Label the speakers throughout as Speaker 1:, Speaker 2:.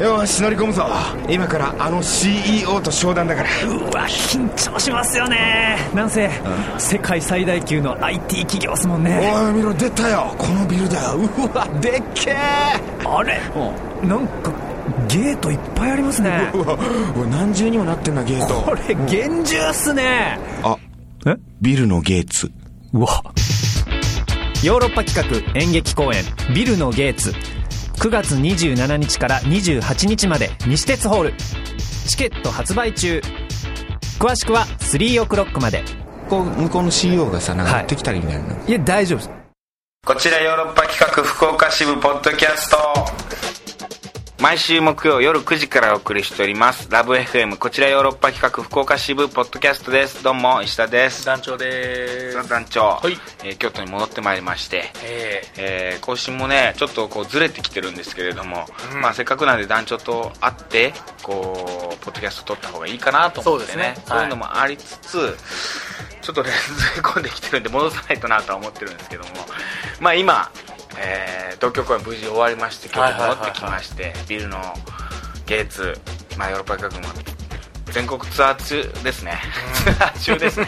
Speaker 1: よし乗り込むぞ今からあの CEO と商談だから
Speaker 2: うわ緊張しますよねなんせ世界最大級の IT 企業っすもんね
Speaker 1: おい見ろ出たよこのビルだようわでっけえ
Speaker 2: あれなんかゲートいっぱいありますね
Speaker 1: うわうわ何重にもなってんなゲート
Speaker 2: これ厳重っすね
Speaker 1: あ
Speaker 2: え
Speaker 1: ビルのゲーツ
Speaker 2: うわヨーロッパ企画演劇公演「ビルのゲーツ」9月27日から28日まで西鉄ホールチケット発売中詳しくは3オクロックまで
Speaker 1: こう向こうの CEO がさなんか
Speaker 2: はい
Speaker 1: やってきたりみたいな、
Speaker 2: いや大丈夫です
Speaker 3: こちらヨーロッパ企画福岡支部ポッドキャスト毎週木曜夜9時からお送りしておりますラブ f m こちらヨーロッパ企画福岡支部ポッドキャストですどうも石田です
Speaker 4: 団長です
Speaker 3: 団長、
Speaker 4: はい
Speaker 3: えー京都に戻ってまいりまして
Speaker 4: え
Speaker 3: えー更新もねちょっとこうずれてきてるんですけれども、まあ、せっかくなんで団長と会ってこうポッドキャスト撮った方がいいかなと思ってね
Speaker 4: そうですね
Speaker 3: そういうのもありつつ、ちょっとねずれ込んできてるんで戻さないとなとは思ってるんですけども、まあ、今、えー東京公演無事終わりまして京
Speaker 4: はい
Speaker 3: 都
Speaker 4: はいはいは
Speaker 3: 戻
Speaker 4: い
Speaker 3: ってきまして、ビルのゲーツ、まあ、ヨーロッパ企画も全国ツアー中ですね、ツアー 中 ですね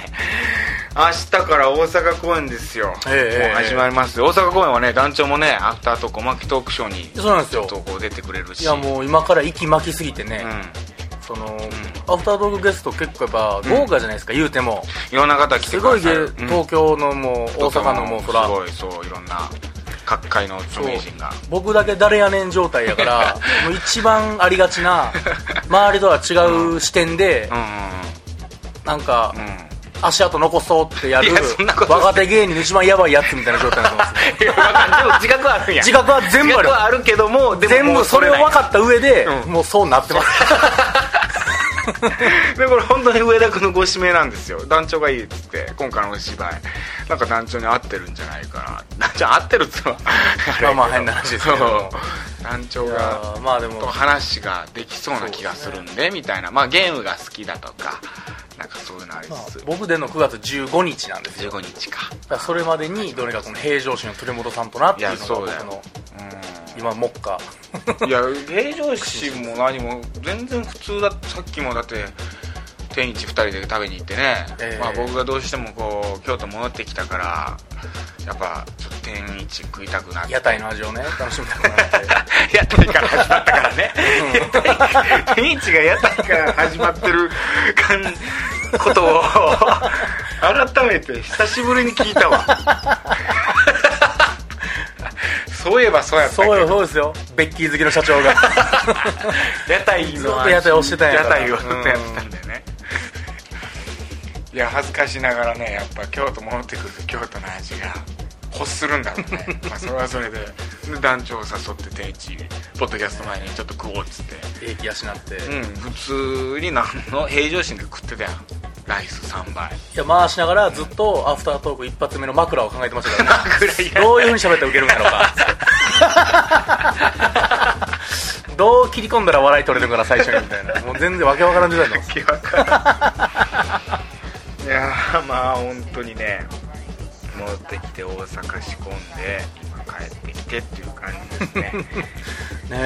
Speaker 3: 明日から大阪公演ですよ、
Speaker 4: ええ
Speaker 3: もう始まりますよ大阪公演はね団長もねアフターと小牧トークショーに
Speaker 4: そうなんですよ
Speaker 3: 投稿出てくれるし
Speaker 4: いやもう今から息巻きすぎてね
Speaker 3: う、ん
Speaker 4: その、アフタートークゲスト結構やっぱ豪華じゃないですか、言うても
Speaker 3: いろんな方来て
Speaker 4: す
Speaker 3: く
Speaker 4: ご
Speaker 3: だ
Speaker 4: いゲ
Speaker 3: さ
Speaker 4: ー
Speaker 3: るうん
Speaker 4: 東京のもう大阪のもうそら
Speaker 3: すごいそういろんな各界の著名人が
Speaker 4: 僕だけ誰やねん状態やから もう一番ありがちな周りとは違う視点で
Speaker 3: う、ん
Speaker 4: なんか、
Speaker 3: うんうんうん
Speaker 4: 足跡残そうってやる
Speaker 3: いやそんなこと
Speaker 4: 若手芸人の一番やばいやつみたいな状態になってま す
Speaker 3: いやわかんないでも自覚はあるんや
Speaker 4: 自覚は全部あ
Speaker 3: 自
Speaker 4: る
Speaker 3: 覚はあるけどもでも
Speaker 4: 全
Speaker 3: も
Speaker 4: 部
Speaker 3: う
Speaker 4: それを
Speaker 3: ない
Speaker 4: 分かった上で、
Speaker 3: うん
Speaker 4: もうそうなってます
Speaker 3: でこれ本当に上田君のご指名なんですよ団長がいいっつって今回のお芝居なんか団長に合ってるんじゃないかな団 長合ってるっつうのは
Speaker 4: まあまあ変な話ですけど
Speaker 3: そう団長
Speaker 4: いや
Speaker 3: が
Speaker 4: ー まあでも
Speaker 3: と話ができそうな気がするんでみたいなまあゲームが好きだとかなんかそういうのあり
Speaker 4: まあ
Speaker 3: つつ
Speaker 4: 僕での9月15日なんですよ
Speaker 3: 15日か
Speaker 4: だからそれまでにどれかこの平常心を取り戻さんとなっ
Speaker 3: い
Speaker 4: てい
Speaker 3: や
Speaker 4: うの
Speaker 3: そうだ
Speaker 4: が
Speaker 3: よ
Speaker 4: 僕の今目下
Speaker 3: うんいや平常心も何も全然普通ださっきもだって天一2人で食べに行ってね、
Speaker 4: ええ
Speaker 3: まあ、僕がどうしてもこう京都戻ってきたからやっぱちょっと天一食いたくなって
Speaker 4: 屋台の味 をね楽しみたくなって
Speaker 3: 屋台から始まったからね屋台天一が屋台から始まってる感ことを改めて久しぶりに聞いたわそういえばそうやったっけ
Speaker 4: そうよそうですよベッキー好きの社 長が
Speaker 3: 屋台の
Speaker 4: ずっと屋台をしてたんや
Speaker 3: 屋
Speaker 4: から
Speaker 3: 台をずっとやってたんだよねいや恥ずかしながらねやっぱ京都戻ってくると京都の味が欲するんだろうねまあそれはそれでで団長を誘って天一ポッドキャスト前にちょっと食おうっつって
Speaker 4: 平気養って、
Speaker 3: う
Speaker 4: い
Speaker 3: ん普通に何の平常心で食ってたやんライス3倍
Speaker 4: や回しながらずっとアフタートーク一発目の枕を考えてましたからね
Speaker 3: ぐらいや
Speaker 4: どういうふうに喋ったらウケるんだろ うかどう切り込んだら笑い取れるから最初にみたいなもう全然わけわからん時代だった
Speaker 3: 気分からんいやーまあ本当にね戻ってきて大阪仕込んで今帰ってきてっていう感じですね
Speaker 4: ね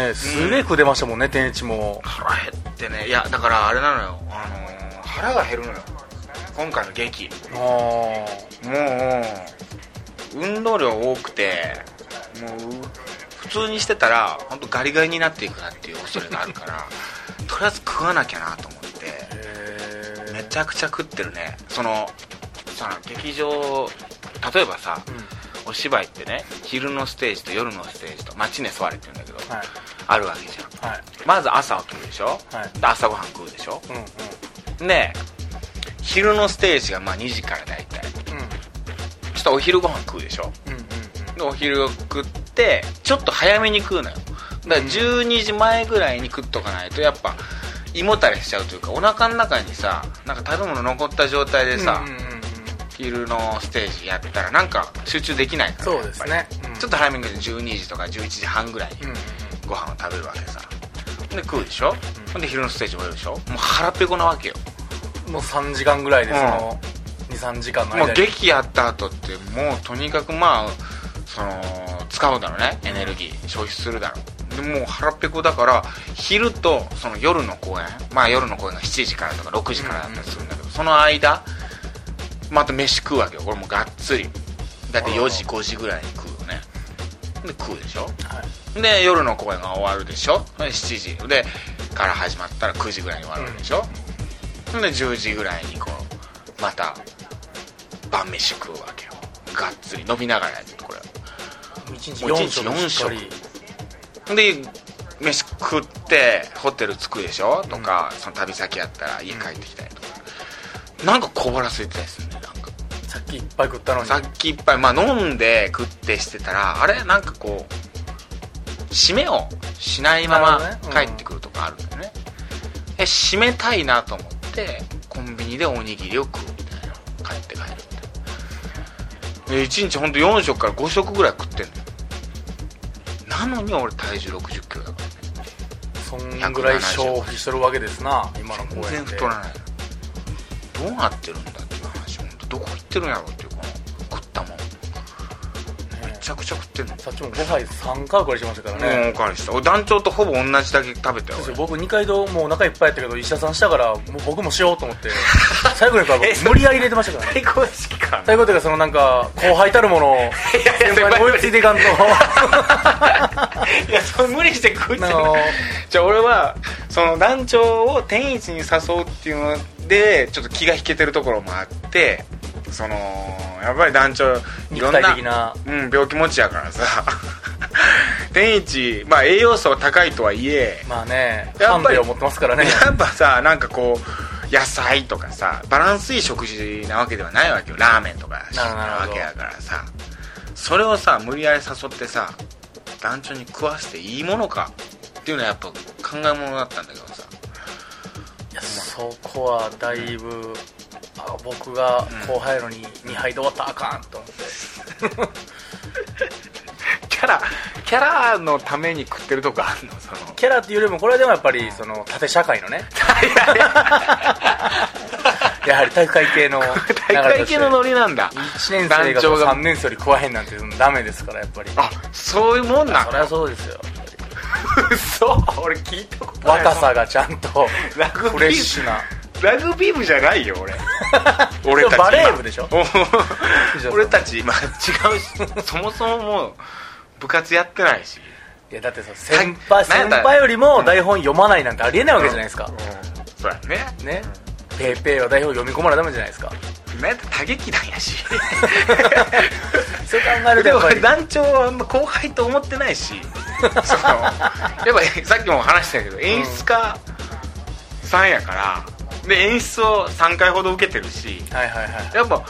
Speaker 4: えすげえ食うてましたもんね天一も
Speaker 3: 腹減ってねいやだからあれなのよ、あのー腹が減るのよ今回の劇
Speaker 4: あー
Speaker 3: もう運動量多くてもう普通にしてたら本当ガリガリになっていくなっていう恐れがあるから とりあえず食わなきゃなと思って
Speaker 4: へ
Speaker 3: めちゃくちゃ食ってるねそのさ劇場例えばさ、お芝居ってね昼のステージと夜のステージと街ね座れって言うんだけど、
Speaker 4: はい
Speaker 3: あるわけじゃん
Speaker 4: はい
Speaker 3: まず朝起きるでしょ、
Speaker 4: はい
Speaker 3: で朝ごはん食うでしょ
Speaker 4: うんうん
Speaker 3: で昼のステージがまあ2時から大体そしたらお昼ご飯食うでしょ
Speaker 4: うんうんうんうん
Speaker 3: でお昼を食ってちょっと早めに食うのよだから12時前ぐらいに食っとかないとやっぱ胃もたれしちゃうというかお腹の中にさなんか食べ物残った状態でさ、
Speaker 4: うんうんうんうん
Speaker 3: 昼のステージやったらなんか集中できないから
Speaker 4: そうですね
Speaker 3: やっぱり
Speaker 4: うん
Speaker 3: ちょっと早めに食って12時とか11時半ぐらいに
Speaker 4: うんうん
Speaker 3: ご飯を食べるわけさで食うでしょ、ほん、で昼のステージ終えるでしょもう腹ペコなわけよ
Speaker 4: うんもう3時間ぐらいでその23時間の
Speaker 3: もう
Speaker 4: 間に
Speaker 3: 劇やった後ってもうとにかくまあその使うだろうねエネルギー消費するだろうでもう腹ペコだから昼とその夜の公演まあ夜の公演が7時からとか6時からだったりするんだけど、その間また飯食うわけよこれもうがっつりだって4時5時ぐらいに食うよねで食うでしょ、で夜の公演が終わるでしょで7時でから始まったら9時ぐらいに終わるでしょ、で10時ぐらいにこうまた晩飯食うわけよがっつり飲みながらやってるこれ
Speaker 4: 一日4食
Speaker 3: もう一日四食
Speaker 4: しっかり
Speaker 3: で飯食ってホテル着くでしょとか、その旅先やったら家帰ってきたりとか、なんか小腹空いてたりするねなんか
Speaker 4: さっきいっぱい食ったのに
Speaker 3: さっきいっぱい、まあ、飲んで食ってしてたらあれなんかこう締めをしないまま
Speaker 4: なるほどねうん
Speaker 3: 帰ってくるとかあるんだよねで締めたいなと思ってコンビニでおにぎりを食うみたいな帰って帰るみたいなで1日ほんと4食から5食ぐらい食ってんだよなのに俺体重6 0キロだからね
Speaker 4: そんぐらい消費してるわけですな今の公
Speaker 3: 全然
Speaker 4: 園で
Speaker 3: 太らないどうなってるんだっていう話本当どこ行ってるんやろうっていうこの食ったもん
Speaker 4: ね
Speaker 3: めちゃくちゃ食ってんの
Speaker 4: さっきも5杯3回くらいしましたからね、
Speaker 3: うん、おかわりした俺団長とほぼ同じだけ食べたよ
Speaker 4: そう
Speaker 3: 俺
Speaker 4: 僕二回ともうお腹いっぱいやったけど医者さんしたからもう僕もしようと思って 最後 にから僕無理やり入れてましたからね
Speaker 3: 最高式か
Speaker 4: 最後というかそのなんか後輩たるものを先輩に追いついていかんと
Speaker 3: いやそれ無理して食う
Speaker 4: あの
Speaker 3: じゃあ俺はその団長を天一に誘うっていうのでちょっと気が引けてるところもあってそのやっぱり団長いろ
Speaker 4: 肉
Speaker 3: んな
Speaker 4: 体的な
Speaker 3: うん、病気持ちやからさ 天一、まあ、栄養素高いとはいえ
Speaker 4: まあね
Speaker 3: や
Speaker 4: ハ
Speaker 3: っ
Speaker 4: ン
Speaker 3: ぱり
Speaker 4: デを持ってますか らね
Speaker 3: やっぱさなんかこう野菜とかさバランスいい食事なわけではないわけよラーメンとか
Speaker 4: なるほど
Speaker 3: なわけやからさそれをさ無理やり誘ってさ団長に食わせていいものかっていうのはやっぱ考え物だったんだけどさ
Speaker 4: いやそこはだいぶ、あ僕が後輩やのに2杯で終わったらあかんと思って
Speaker 3: キャラキャラのために食ってるとこあんのその
Speaker 4: キャラっていうよりもこれはでもやっぱりその縦社会 のねやはり体育会系の
Speaker 3: 大会系のノリなんだ
Speaker 4: 1年生が
Speaker 3: 団長が
Speaker 4: 3年生より食わへんなんていうのダメですからやっぱり
Speaker 3: あそういうもんなん
Speaker 4: そりゃそうですよ
Speaker 3: 嘘俺聞いたことない
Speaker 4: 若さがちゃんと
Speaker 3: ラグビー
Speaker 4: フレッシュな
Speaker 3: ラグビー部じゃないよ 俺俺たち今
Speaker 4: バレー部でしょ
Speaker 3: お 俺たち今違うしそもそももう部活やってないし
Speaker 4: いやだってさ先輩
Speaker 3: なんやっ
Speaker 4: 先
Speaker 3: たら
Speaker 4: 輩よりも台本読まないなんてありえないわけじゃないですか、
Speaker 3: そうやね
Speaker 4: ねペーペーは台本読み込まなダメじゃないですか
Speaker 3: なんやったら打撃団や し
Speaker 4: そう考えると
Speaker 3: で
Speaker 4: や
Speaker 3: も
Speaker 4: っぱり
Speaker 3: 団長はあんま後輩と思ってないしそのやっぱりさっきも話したけど演出家さんやからで演出を3回ほど受けてるし
Speaker 4: はいはいはい
Speaker 3: やっぱ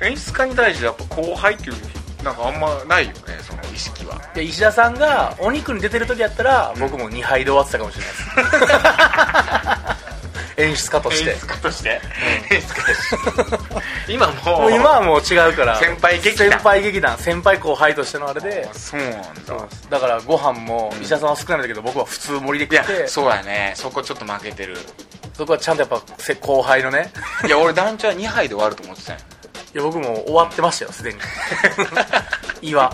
Speaker 3: 演出家に対してやっぱ後輩っていうなんかあんまないよねその意識は
Speaker 4: で石田さんがお肉に出てる時やったら僕も2杯で終わってたかもしれ ないです演出家として
Speaker 3: 演出家として、演出家として今も
Speaker 4: も
Speaker 3: う
Speaker 4: う今はもう違うから
Speaker 3: 先輩劇団
Speaker 4: 先輩劇団先輩後輩としてのあれで
Speaker 3: そうなんだ
Speaker 4: だからご飯も石田さんは少ないんだけど僕は普通盛り
Speaker 3: い
Speaker 4: で食って
Speaker 3: やそうやねそこちょっと負けてる
Speaker 4: そこはちゃんとやっぱせ後輩のね
Speaker 3: いや俺団長は2杯で終わると思ってたんよ
Speaker 4: いや僕も終わってました よすでに胃は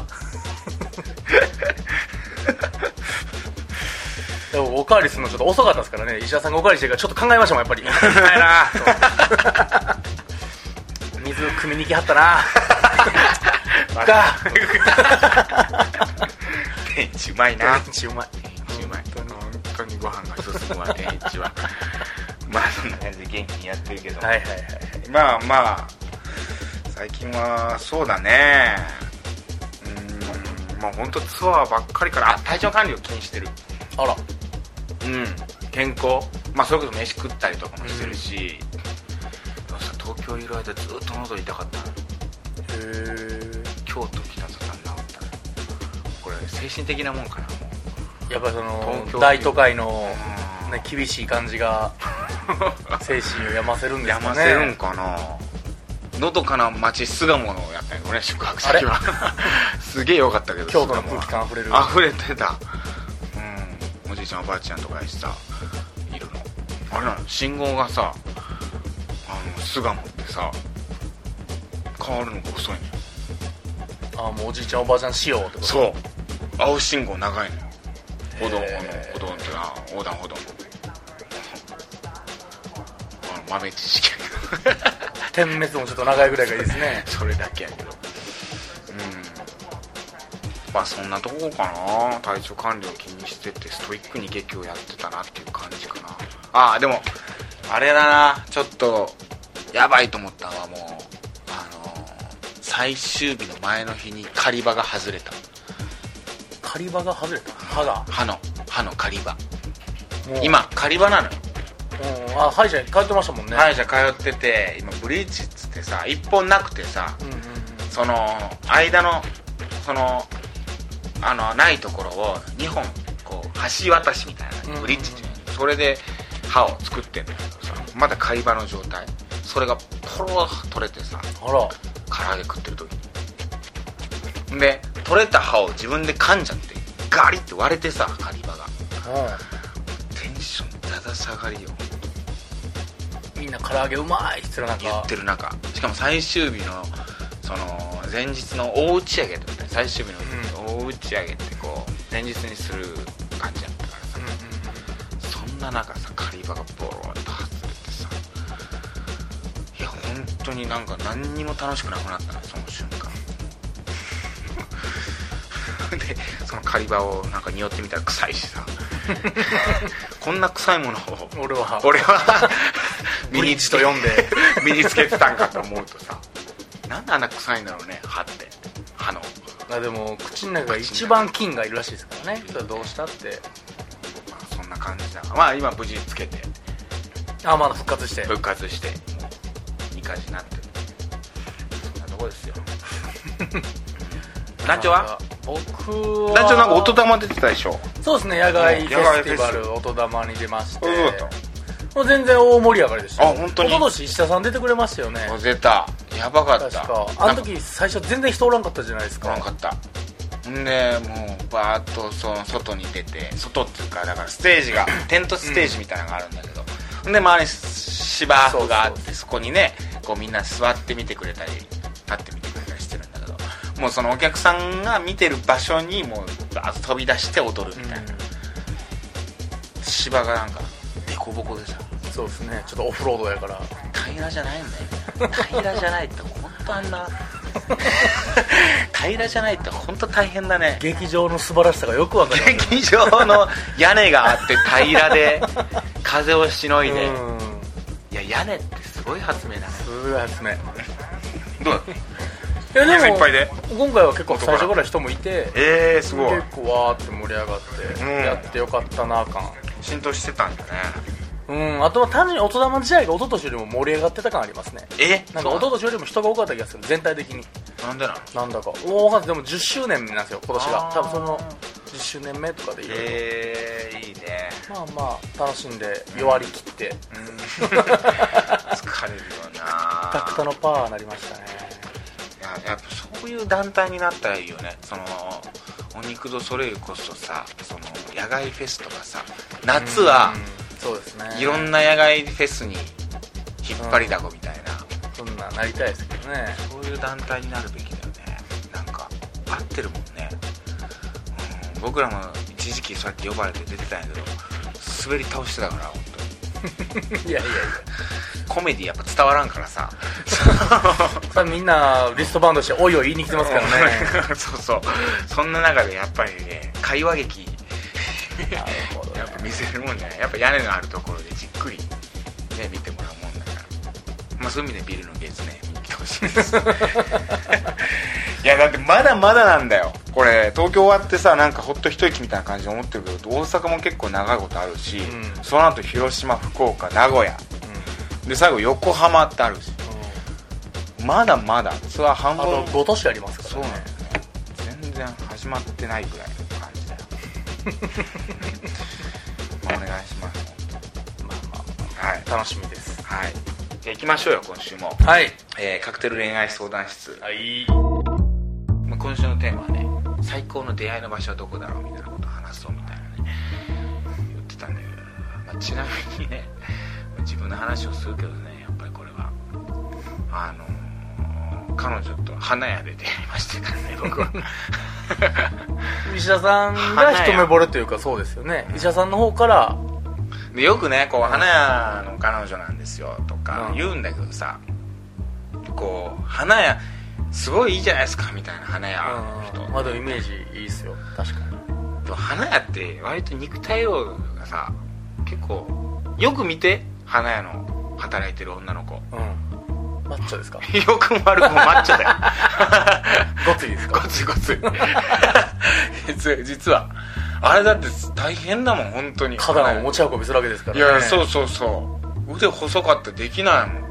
Speaker 4: でもおかわりするのちょっと遅かったですからね石田さんがおかわりしてるからちょっと考えましたもんやっぱり
Speaker 3: やな
Speaker 4: 水汲みに来 はったなが
Speaker 3: 天一うまいな
Speaker 4: ンチうまい
Speaker 3: 天一うまい本当にご飯が進むわ天一はまあそんな感じで元気にやってるけど、
Speaker 4: はいはいはい
Speaker 3: まあまあ最近はそうだねうんまあ本当ツアーばっかりからあ体調管理を気にしてる
Speaker 4: あら
Speaker 3: うん、健康まあそれこそ飯食ったりとかもしてるし、でもさ東京いる間ずっと喉痛かったの
Speaker 4: へ
Speaker 3: 京都来た途端治ったのこれ精神的なもんかなもう
Speaker 4: えやっぱそ
Speaker 3: 東
Speaker 4: の
Speaker 3: 京
Speaker 4: 大都会の、
Speaker 3: うん
Speaker 4: ね、厳しい感じが精神を病ませるんです
Speaker 3: や
Speaker 4: か
Speaker 3: ま
Speaker 4: ね
Speaker 3: せるんかなのどかな町巣鴨のやったんよね宿泊先は すげえ良かったけど
Speaker 4: 京都の
Speaker 3: 巣鴨
Speaker 4: 空
Speaker 3: は
Speaker 4: 気感あふれる
Speaker 3: 溢れてたうんおじいちゃんおばあちゃんとかにさいるのあれなの信号がさあの巣鴨ってさ変わるのが遅いのよ
Speaker 4: あもうおじいちゃんおばあちゃん仕様ってこと
Speaker 3: そう青信号長いのよ
Speaker 4: へ
Speaker 3: おどんおどんおどんってな横断歩道あの豆知識やけど
Speaker 4: 点滅もちょっと長いぐらいがいいですね
Speaker 3: それだけやけどうんまあそんなとこかな体調管理を気にしててストイックに劇をやってたなっていう感じかなああでもあれだなちょっとやばいと思ったのはもうあのー最終日の前の日に狩り場が外れた
Speaker 4: 狩り場が外れた歯が
Speaker 3: 歯の歯の狩り場
Speaker 4: もう
Speaker 3: 今狩り場なのよ
Speaker 4: うんあ歯医者に通ってましたもんね
Speaker 3: 歯医者通ってて今ブリーチっつってさ一本なくてさ
Speaker 4: うんうんうん
Speaker 3: その間のそのあのないところを2本こう橋渡しみたいな、
Speaker 4: うん
Speaker 3: ブリッジっていうのそれで歯を作ってんだけどさまだ狩り場の状態それがポロッと取れてさ
Speaker 4: あら
Speaker 3: 唐揚げ食ってる時にで取れた歯を自分で噛んじゃってガリって割れてさ狩り場がテンションだだ下がりよ
Speaker 4: うんみんな唐揚げうまいっつってなん
Speaker 3: 言
Speaker 4: か
Speaker 3: ってる中しかも最終日のその前日の大打ち上げってことね最終日の大打ち上げってこう前日にする感じやったからさ
Speaker 4: うん、う
Speaker 3: そんな中さ狩り場がボロッと外れてさいや本当になんか何にも楽しくなくなったのその瞬間 でその狩り場をなんか匂ってみたら臭いしさ こんな臭いものを
Speaker 4: ん俺は
Speaker 3: 俺 は
Speaker 4: ブリーチと読んで
Speaker 3: 身につけてたんかと思うとさなんであんな臭いんだろうね歯って歯の
Speaker 4: あでも口の中が一番菌がいるらしいですからねそれはどうしたって
Speaker 3: まあそんな感じだまあ今無事つけて
Speaker 4: あまだ復活して
Speaker 3: 復活してもういい感じになってるそんなとこ ですよ団長は
Speaker 4: 僕は
Speaker 3: 団長なんか音玉出てたでしょ
Speaker 4: そうですね野外フェスティバ
Speaker 3: 野外
Speaker 4: ル音玉に出まして
Speaker 3: そうだっ
Speaker 4: もう全然大盛り上がりでしたよ
Speaker 3: あ本当に
Speaker 4: 一昨年石田さん出てくれましたよね
Speaker 3: 出たやばかっ
Speaker 4: 確
Speaker 3: た
Speaker 4: かあの
Speaker 3: なんか
Speaker 4: 時最初全然人おらんかったじゃないです
Speaker 3: おらん
Speaker 4: か
Speaker 3: かったんでもうバーッとその外に出て外っていうかだからステージがテントステージみたいなのがあるんだけど、ん、で周りに芝生があって
Speaker 4: そう
Speaker 3: そこにねこうみんな座ってみてくれたり立ってみてくれたりしてるんだけどもうそのお客さんが見てる場所にもうバーッと飛び出して踊るみたいな、芝がなんかデコボコでさ
Speaker 4: うんそうですねちょっとオフロードやから
Speaker 3: 平らじゃないんだよね平らじゃないって本当あんな平らじゃないって本当大変だね
Speaker 4: 劇場の素晴らしさがよくわかりますね
Speaker 3: 劇場の屋根があって平らで風をしのいで、
Speaker 4: うん
Speaker 3: いや屋根ってすごい発明だね
Speaker 4: すごい発明い
Speaker 3: どう
Speaker 4: や
Speaker 3: 人数いっぱいで
Speaker 4: 今回は結構最初から人もいて
Speaker 3: ええー、すごい
Speaker 4: 結構わーって盛り上がって、
Speaker 3: うん
Speaker 4: やってよかったな感
Speaker 3: 浸透してたんだね
Speaker 4: うんあとは単純に音玉自体が一昨年よりも盛り上がってた感ありますね
Speaker 3: え
Speaker 4: なんか一昨年よりも人が多かった気がする全体的に
Speaker 3: なんでなの
Speaker 4: なんだかおおかんないでも10周年なんですよ今年が
Speaker 3: あー
Speaker 4: 多分その10周年目とかでいろいろ、
Speaker 3: ええー、いいね
Speaker 4: まあまあ楽しんで弱り切って
Speaker 3: うん 疲れるよな
Speaker 4: クタクタのパワーになりましたね
Speaker 3: いややっぱそういう団体になったらいいよねそのお肉どそれゆこそさその野外フェスとかさ夏は
Speaker 4: うんそうですね
Speaker 3: いろんな野外フェスに引っ張りだこみたいな、
Speaker 4: そんななりたいですけどね
Speaker 3: そういう団体になるべきだよねなんか合ってるもんね、うん、僕らも一時期そうやって呼ばれて出てたんやけど滑り倒してたから本当に
Speaker 4: いやいやいや
Speaker 3: コメディやっぱ伝わらんからさ
Speaker 4: さあみんなリストバンドしておいおい言いに来てま すからね
Speaker 3: そうそうそんな中でやっぱりね会話劇
Speaker 4: なるほどね
Speaker 3: やっぱ見せるもんじゃないやっぱ屋根のあるところでじっくりね見てもらうもんだからまあそういう意味でビルのゲーズね見に来てほしいです いやだってまだまだなんだよこれ東京終わってさなんかほっと一息みたいな感じで思ってるけど大阪も結構長いことあるし、
Speaker 4: うん
Speaker 3: その後広島福岡名古屋で最後横浜ってあるしまだまだツアー半
Speaker 4: あ
Speaker 3: 分
Speaker 4: と5都市ありますか
Speaker 3: そう
Speaker 4: ら
Speaker 3: なん
Speaker 4: ね
Speaker 3: だよね全然始まってないぐらいの感じだよ まあお願いします
Speaker 4: まあま
Speaker 3: はい
Speaker 4: あ楽しみです
Speaker 3: はいじゃあ行きましょうよ今週も、
Speaker 4: はい
Speaker 3: えーカクテル恋愛相談室、
Speaker 4: はい
Speaker 3: まあ今週のテーマはね最高の出会いの場所はどこだろうみたいなことを話そうみたいなね言ってたんだけど、まあちなみにねまあ自分の話をするけどねやっぱりこれは あのー彼女と花屋で出会いましたからね僕は
Speaker 4: 医者さんが一目惚れというかそうですよね医者さんの方から
Speaker 3: でよくねこう花屋の彼女なんですよとか
Speaker 4: うん
Speaker 3: 言うんだけどさこう花屋すごいいいじゃないですかみたいな花屋の人
Speaker 4: まあでもイメージいいっすよ確かに
Speaker 3: でも花屋って割と肉体労がさ結構よく見て花屋の働いてる女の子 よ
Speaker 4: うんマッチョですか
Speaker 3: くも悪くもマッチョだよ
Speaker 4: ごついで す
Speaker 3: ご
Speaker 4: か
Speaker 3: ついごつい実実はあれだって大変だもん本当に
Speaker 4: 花壇を持ち運びするわけですから
Speaker 3: い
Speaker 4: ね
Speaker 3: やそうそうそう腕細かったらできないもん、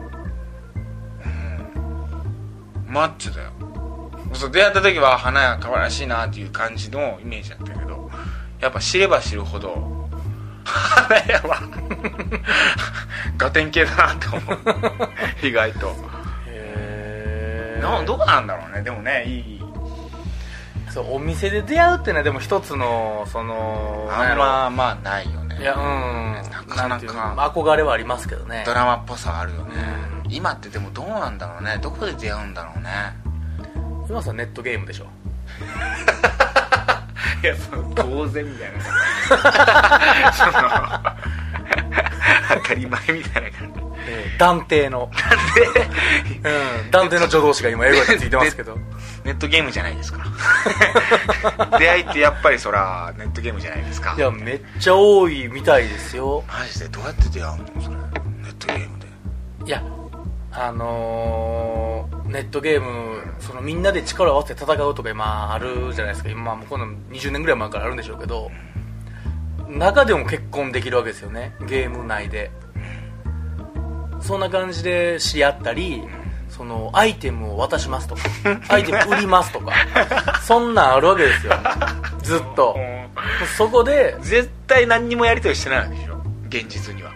Speaker 3: うん、マッチョだよそう出会った時は花屋可愛らしいなっていう感じのイメージだったけどやっぱ知れば知るほど花屋は ガテン系だなって思 う意外と
Speaker 4: へー
Speaker 3: などうなんだろうねでもねいい
Speaker 4: そうお店で出会うってねでも一つのその
Speaker 3: あん
Speaker 4: なんや
Speaker 3: ままあないよね
Speaker 4: ろいやうん
Speaker 3: なかなか
Speaker 4: んていうのまあ憧れはありますけどね
Speaker 3: ドラマっぽさはあるよね、今ってでもどうなんだろうねどこで出会うんだろうね
Speaker 4: 今さネットゲームでしょ
Speaker 3: いやその当然みたい なその当たり前みたいな感じ
Speaker 4: 断 定のうん断定の助動詞が今英語でついてますけど
Speaker 3: ネットゲームじゃないです から出会いってやっぱりそらネットゲームじゃないですか
Speaker 4: いやめっちゃ多いみたいですよ
Speaker 3: マジでどうやって出会うのそれネットゲームで
Speaker 4: いやあのーネットゲームそのみんなで力を合わせて戦うとか今あるじゃないですか今向こうの20年ぐらい前からあるんでしょうけど中でも結婚できるわけですよねゲーム内でそんな感じで知り合ったりそのアイテムを渡しますとかアイテム売りますとかそんなんあるわけですよずっとそこで
Speaker 3: 絶対何にもやりとりしてないわけでしょ現実には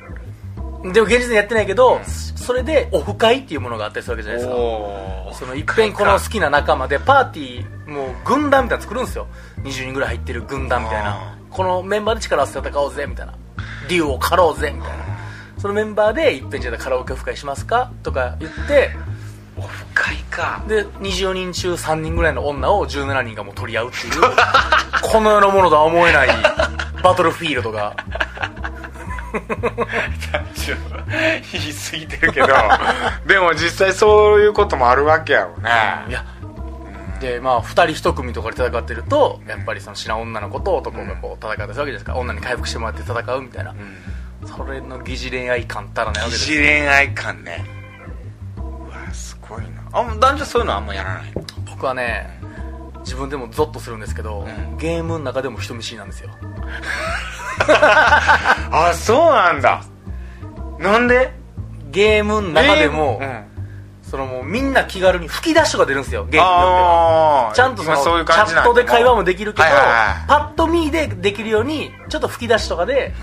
Speaker 4: でも現実にやってないけど、それでオフ会っていうものがあったりするわけじゃないですか
Speaker 3: お
Speaker 4: そのいっぺんこの好きな仲間でパーティーもう軍団みたいなの作るんですよ20人ぐらい入ってる軍団みたい
Speaker 3: あ
Speaker 4: なこのメンバーで力を合わせて戦おうぜみたいな竜を狩ろうぜみたいなそのメンバーでいっぺんじゃあカラオケオフ会しますかとか言って
Speaker 3: オフ会か
Speaker 4: で24人中3人ぐらいの女を17人がもう取り合うっていう この世のものとは思えないバトルフィールドが
Speaker 3: ちょっと言い過ぎてるけどでも実際そういうこともあるわけやろうね
Speaker 4: いやでまあ2人1組とかで戦ってるとやっぱりその知らん女の子と男がこう戦ったりするわけですから女に回復してもらって戦うみたいな、それの疑似恋愛感たらないわけです
Speaker 3: 疑似恋愛感ねうわすごいなあ男女そういうのあんまやらない
Speaker 4: 僕はね自分でもゾッとするんですけど、
Speaker 3: うん
Speaker 4: ゲームの中でも人見知りなんですよ
Speaker 3: あそうなんだなんで
Speaker 4: ゲームの中でも、
Speaker 3: えー
Speaker 4: そのもうみんな気軽に吹き出しとか出るんですよゲームによっては
Speaker 3: ああ
Speaker 4: ちゃんとその
Speaker 3: そういう
Speaker 4: チャ
Speaker 3: 感じな
Speaker 4: ッ
Speaker 3: んだ
Speaker 4: トで会話もできるけど、
Speaker 3: はいはいはい
Speaker 4: パッと見でできるようにちょっと吹き出しとかで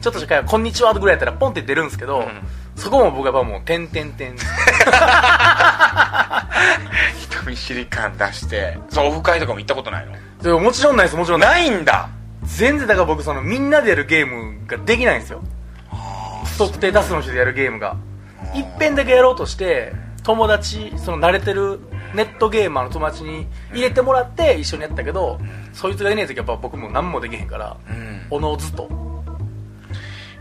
Speaker 4: ちょっとしか「こんにちは」ぐらいやったらポンって出るんですけど、そこも僕はやっぱもう「てんてんてん」
Speaker 3: 人見知り感出してそうオフ会とかも行ったことないの
Speaker 4: でももちろんないですもちろんない
Speaker 3: ないんだ
Speaker 4: 全然だから僕そのみんなでやるゲームができないんですよ不特定多数の人でやるゲームがいっぺんだけやろうとして友達その慣れてるネットゲーマーの友達に入れてもらって一緒にやったけど、そいつがいない時はやっぱ僕も何もできへんから、
Speaker 3: ん
Speaker 4: おのおずと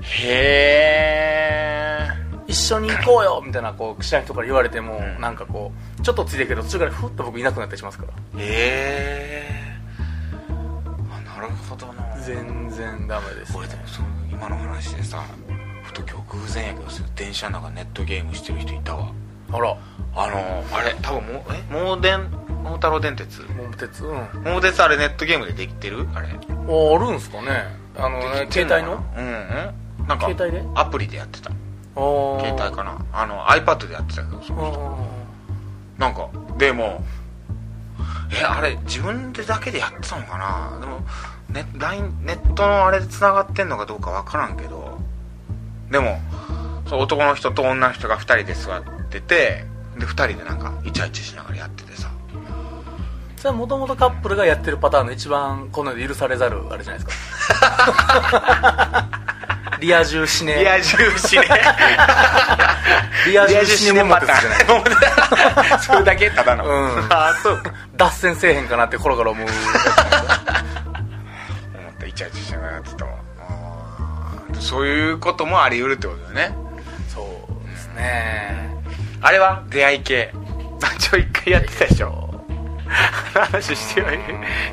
Speaker 3: へえ
Speaker 4: 一緒に行こうよみたいなこう知らん人から言われても、なんかこうちょっとついてるけど途中からふっと僕いなくなったりしますから
Speaker 3: えあなるほどな
Speaker 4: 全然ダメです
Speaker 3: 俺でもその今の話でさふと今日偶然やけどさ電車の中ネットゲームしてる人いたわ
Speaker 4: あら
Speaker 3: あのあれ多分もうえ盲電桃太郎電鉄
Speaker 4: 桃鉄うん
Speaker 3: 桃鉄あれネットゲームでできてるあれ
Speaker 4: ああるんすかねあの
Speaker 3: で
Speaker 4: ね
Speaker 3: きて
Speaker 4: 携
Speaker 3: んか
Speaker 4: 帯の
Speaker 3: うんうんなんか
Speaker 4: 携帯で
Speaker 3: アプリでやってた
Speaker 4: 携
Speaker 3: 携帯かなあの iPad でやってたけどその人なんかでもえあれ自分でだけでやってたのかなでもネ LINE ネットのあれで繋がってんのかどうかわからんけどでもそう男の人と女の人が2人で座っててで2人でなんかイチャイチャしながらやっててさ
Speaker 4: それはもともとカップルがやってるパターンの一番この世で許されざるあれじゃないです かリア充しね
Speaker 3: リア充しね
Speaker 4: リア
Speaker 3: リア
Speaker 4: 充
Speaker 3: 充
Speaker 4: シ
Speaker 3: シ
Speaker 4: ネ
Speaker 3: ネ
Speaker 4: モ
Speaker 3: モ
Speaker 4: テ
Speaker 3: テ
Speaker 4: ツじゃない
Speaker 3: ない それだけただの、
Speaker 4: うん
Speaker 3: ああそうか
Speaker 4: 脱線せえへんかなってコロコロ 思う
Speaker 3: 思ったイチャイチャしながらやってたわあーそういうこともあり得るってことだよね
Speaker 4: そうですね
Speaker 3: あれは出会い系ちょ一回やってたでしょあの話してよ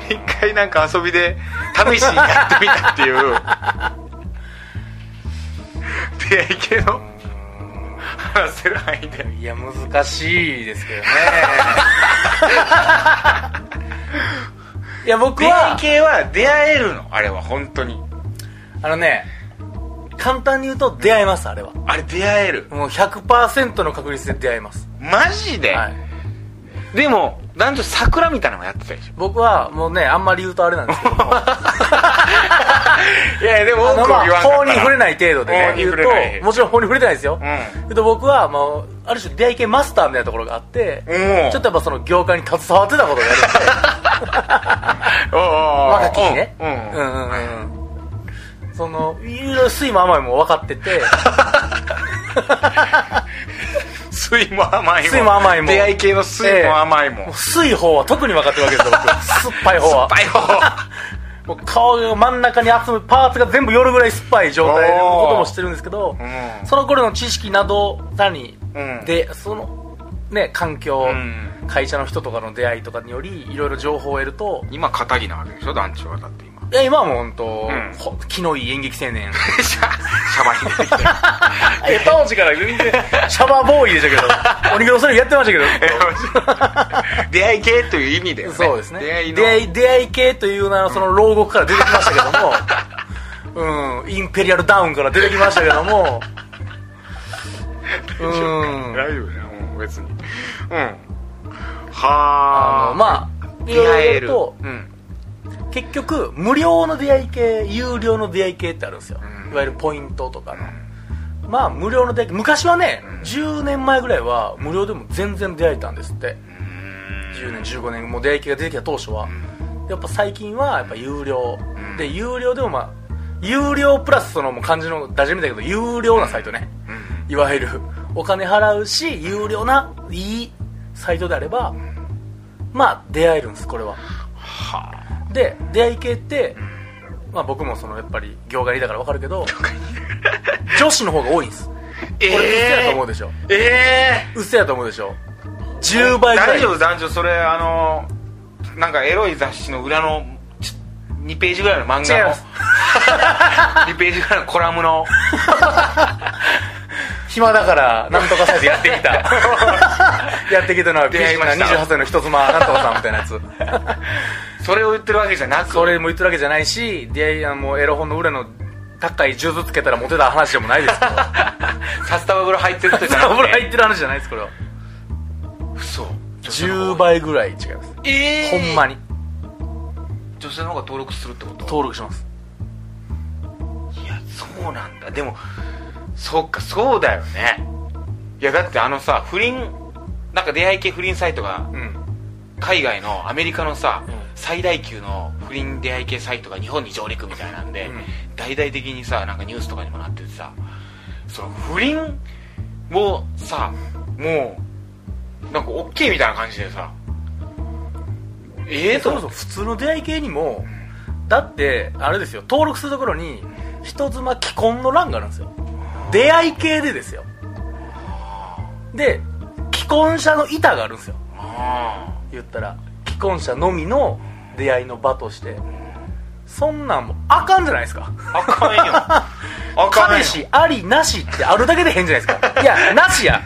Speaker 3: 一回なんか遊びで試しにやってみたっていう出会い系の話せる範囲で
Speaker 4: いや難しいですけどね いや僕
Speaker 3: 出会
Speaker 4: はい
Speaker 3: 系は出会えるのあれは本当に
Speaker 4: あのね簡単に言うと出会いますあれは
Speaker 3: あれ出会える
Speaker 4: もう100%の確率で出会います、
Speaker 3: マジで、
Speaker 4: はい、
Speaker 3: でも男女桜みたいなのもやってたでし
Speaker 4: 僕はもうねあんまり言うとあれなんですけ ども
Speaker 3: ょいやでも
Speaker 4: あ
Speaker 3: 多
Speaker 4: の
Speaker 3: く
Speaker 4: ま
Speaker 3: は言わ
Speaker 4: あ
Speaker 3: んかった
Speaker 4: 法に触れない程度でね
Speaker 3: 法に
Speaker 4: 言う
Speaker 3: 触れない
Speaker 4: ともちろん法に触れてないですよ、
Speaker 3: うん
Speaker 4: けど僕はもうある種出会い系マスターみたいなところがあって
Speaker 3: おう
Speaker 4: ちょっとやっぱその業界に携わってたことがあるんで
Speaker 3: おうおうおう
Speaker 4: 若き日ね
Speaker 3: うんうん
Speaker 4: うんうんうんうんそのいろいろ酸いも甘いも分かってて
Speaker 3: 水も甘いも
Speaker 4: 酸いも甘いも
Speaker 3: 出会い系の水も甘いも、
Speaker 4: もう酸い方は特に分かってるわけですよ 僕酸っぱい方は
Speaker 3: 酸っぱ
Speaker 4: もう顔が真ん中に集むパーツが全部夜ぐらい酸っぱい状態のこともしてるんですけど、
Speaker 3: うん
Speaker 4: その頃の知識など単に、
Speaker 3: うん
Speaker 4: でそのね環境、
Speaker 3: うん
Speaker 4: 会社の人とかの出会いとかによりいろいろ情報を得ると
Speaker 3: 今片木なわけでしょ団長はだって今
Speaker 4: いや今はもう本当、
Speaker 3: うん
Speaker 4: ほ気のいい演劇青 年
Speaker 3: シャシャバに出てきて
Speaker 4: え当時から全然シャバーボーイでしたけ ど鬼黒それやってましたけど
Speaker 3: 出会い系という意味だよね
Speaker 4: そうですね
Speaker 3: 出会いの
Speaker 4: 出会い出会い系という名のその牢獄から出てきましたけども、 うん、インペリアルダウンから出てきましたけどもう
Speaker 3: 大
Speaker 4: ん
Speaker 3: 丈夫だよ、うん、別にうんは
Speaker 4: あ
Speaker 3: あ
Speaker 4: のまあい
Speaker 3: 出
Speaker 4: ろ
Speaker 3: 会
Speaker 4: い
Speaker 3: え
Speaker 4: ろ
Speaker 3: る
Speaker 4: と
Speaker 3: うん
Speaker 4: 結局無料の出会い系有料の出会い系ってあるんですよ、
Speaker 3: うん
Speaker 4: いわゆるポイントとかの、まあ無料の出会い系昔はね、10年前ぐらいは無料でも全然出会えたんですって、10年15年もう出会い系が出てきた当初は、やっぱ最近はやっぱ有料、
Speaker 3: ん
Speaker 4: で有料でもまあ有料プラスそのもう漢字のダジャレみたいだけど有料なサイトね、
Speaker 3: う
Speaker 4: いわゆるお金払うし有料ないいサイトであれば、まあ出会えるんですこれはで出会い系って、まあ、僕もそのやっぱり業界だから分かるけど女子の方が多いんですこ
Speaker 3: え
Speaker 4: れうっせやと思うでしょ、
Speaker 3: ええ
Speaker 4: うっせやと思うでしょ10倍ぐら
Speaker 3: 大
Speaker 4: い
Speaker 3: 丈夫男女それあのなんかエロい雑誌の裏のち2ページぐらいの漫
Speaker 4: 違い
Speaker 3: 画の
Speaker 4: ます
Speaker 3: 2ページぐらいのコラムの
Speaker 4: 暇だからなんとかサイトやってき たやってきたのは
Speaker 3: 出会いました
Speaker 4: 28歳の人妻なんとかさんみたいなやつ
Speaker 3: それを言ってるわけじゃなく
Speaker 4: それも言ってるわけじゃないし出会いあのエロ本の裏の高い数珠つけたらモテた話でもない ですけど
Speaker 3: サスタバ風呂入ってる人じゃなくて
Speaker 4: 油入ってる話じゃないですこれは
Speaker 3: 嘘
Speaker 4: 10倍ぐらい違います
Speaker 3: ええ
Speaker 4: ほんまに
Speaker 3: 女性の方が登録するってこと
Speaker 4: 登録します
Speaker 3: いやそうなんだでもそっかそうだよねいやだってあのさ不倫なんか出会い系不倫サイトが
Speaker 4: うん
Speaker 3: 海外のアメリカのさ、
Speaker 4: うん
Speaker 3: 最大級の不倫出会い系サイトが日本に上陸みたいなんで、
Speaker 4: うん
Speaker 3: 大々的にさなんかニュースとかにもなっててさその不倫をさもうなんか OK みたいな感じでさええ
Speaker 4: え
Speaker 3: と
Speaker 4: そ
Speaker 3: 思
Speaker 4: も
Speaker 3: っ
Speaker 4: そ
Speaker 3: て
Speaker 4: も普通の出会い系にもだってあれですよ登録するところに人妻既婚の欄があるんですよ出会い系でですよで既婚者の板があるんですよ
Speaker 3: あ
Speaker 4: 言ったら既婚者のみの出会いの場としてそんなんもうあかんじゃないですか
Speaker 3: ああかんよあかんよ
Speaker 4: 彼氏ありなしってあるだけで変じゃないです かいやなしや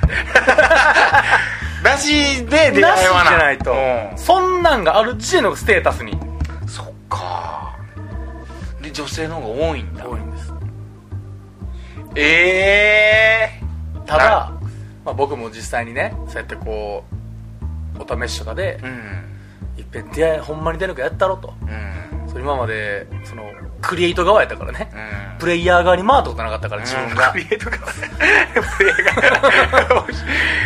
Speaker 3: なしで出会
Speaker 4: なしじ
Speaker 3: いはな
Speaker 4: ゃないと
Speaker 3: うん
Speaker 4: そんなんがある時点のステータスに
Speaker 3: そっかで女性の方が多いんだ
Speaker 4: 多いんです
Speaker 3: ええ
Speaker 4: た
Speaker 3: は
Speaker 4: だ、まあ、僕も実際にねそうやってこうお試しとかで
Speaker 3: う、ん
Speaker 4: いっぺん出会いほんまに出会いのかやったろと
Speaker 3: うん
Speaker 4: それ今までそのクリエイト側やったからね、
Speaker 3: うん
Speaker 4: プレイヤー側に回ったことなかったから自 分が、
Speaker 3: クリエイトがプレイ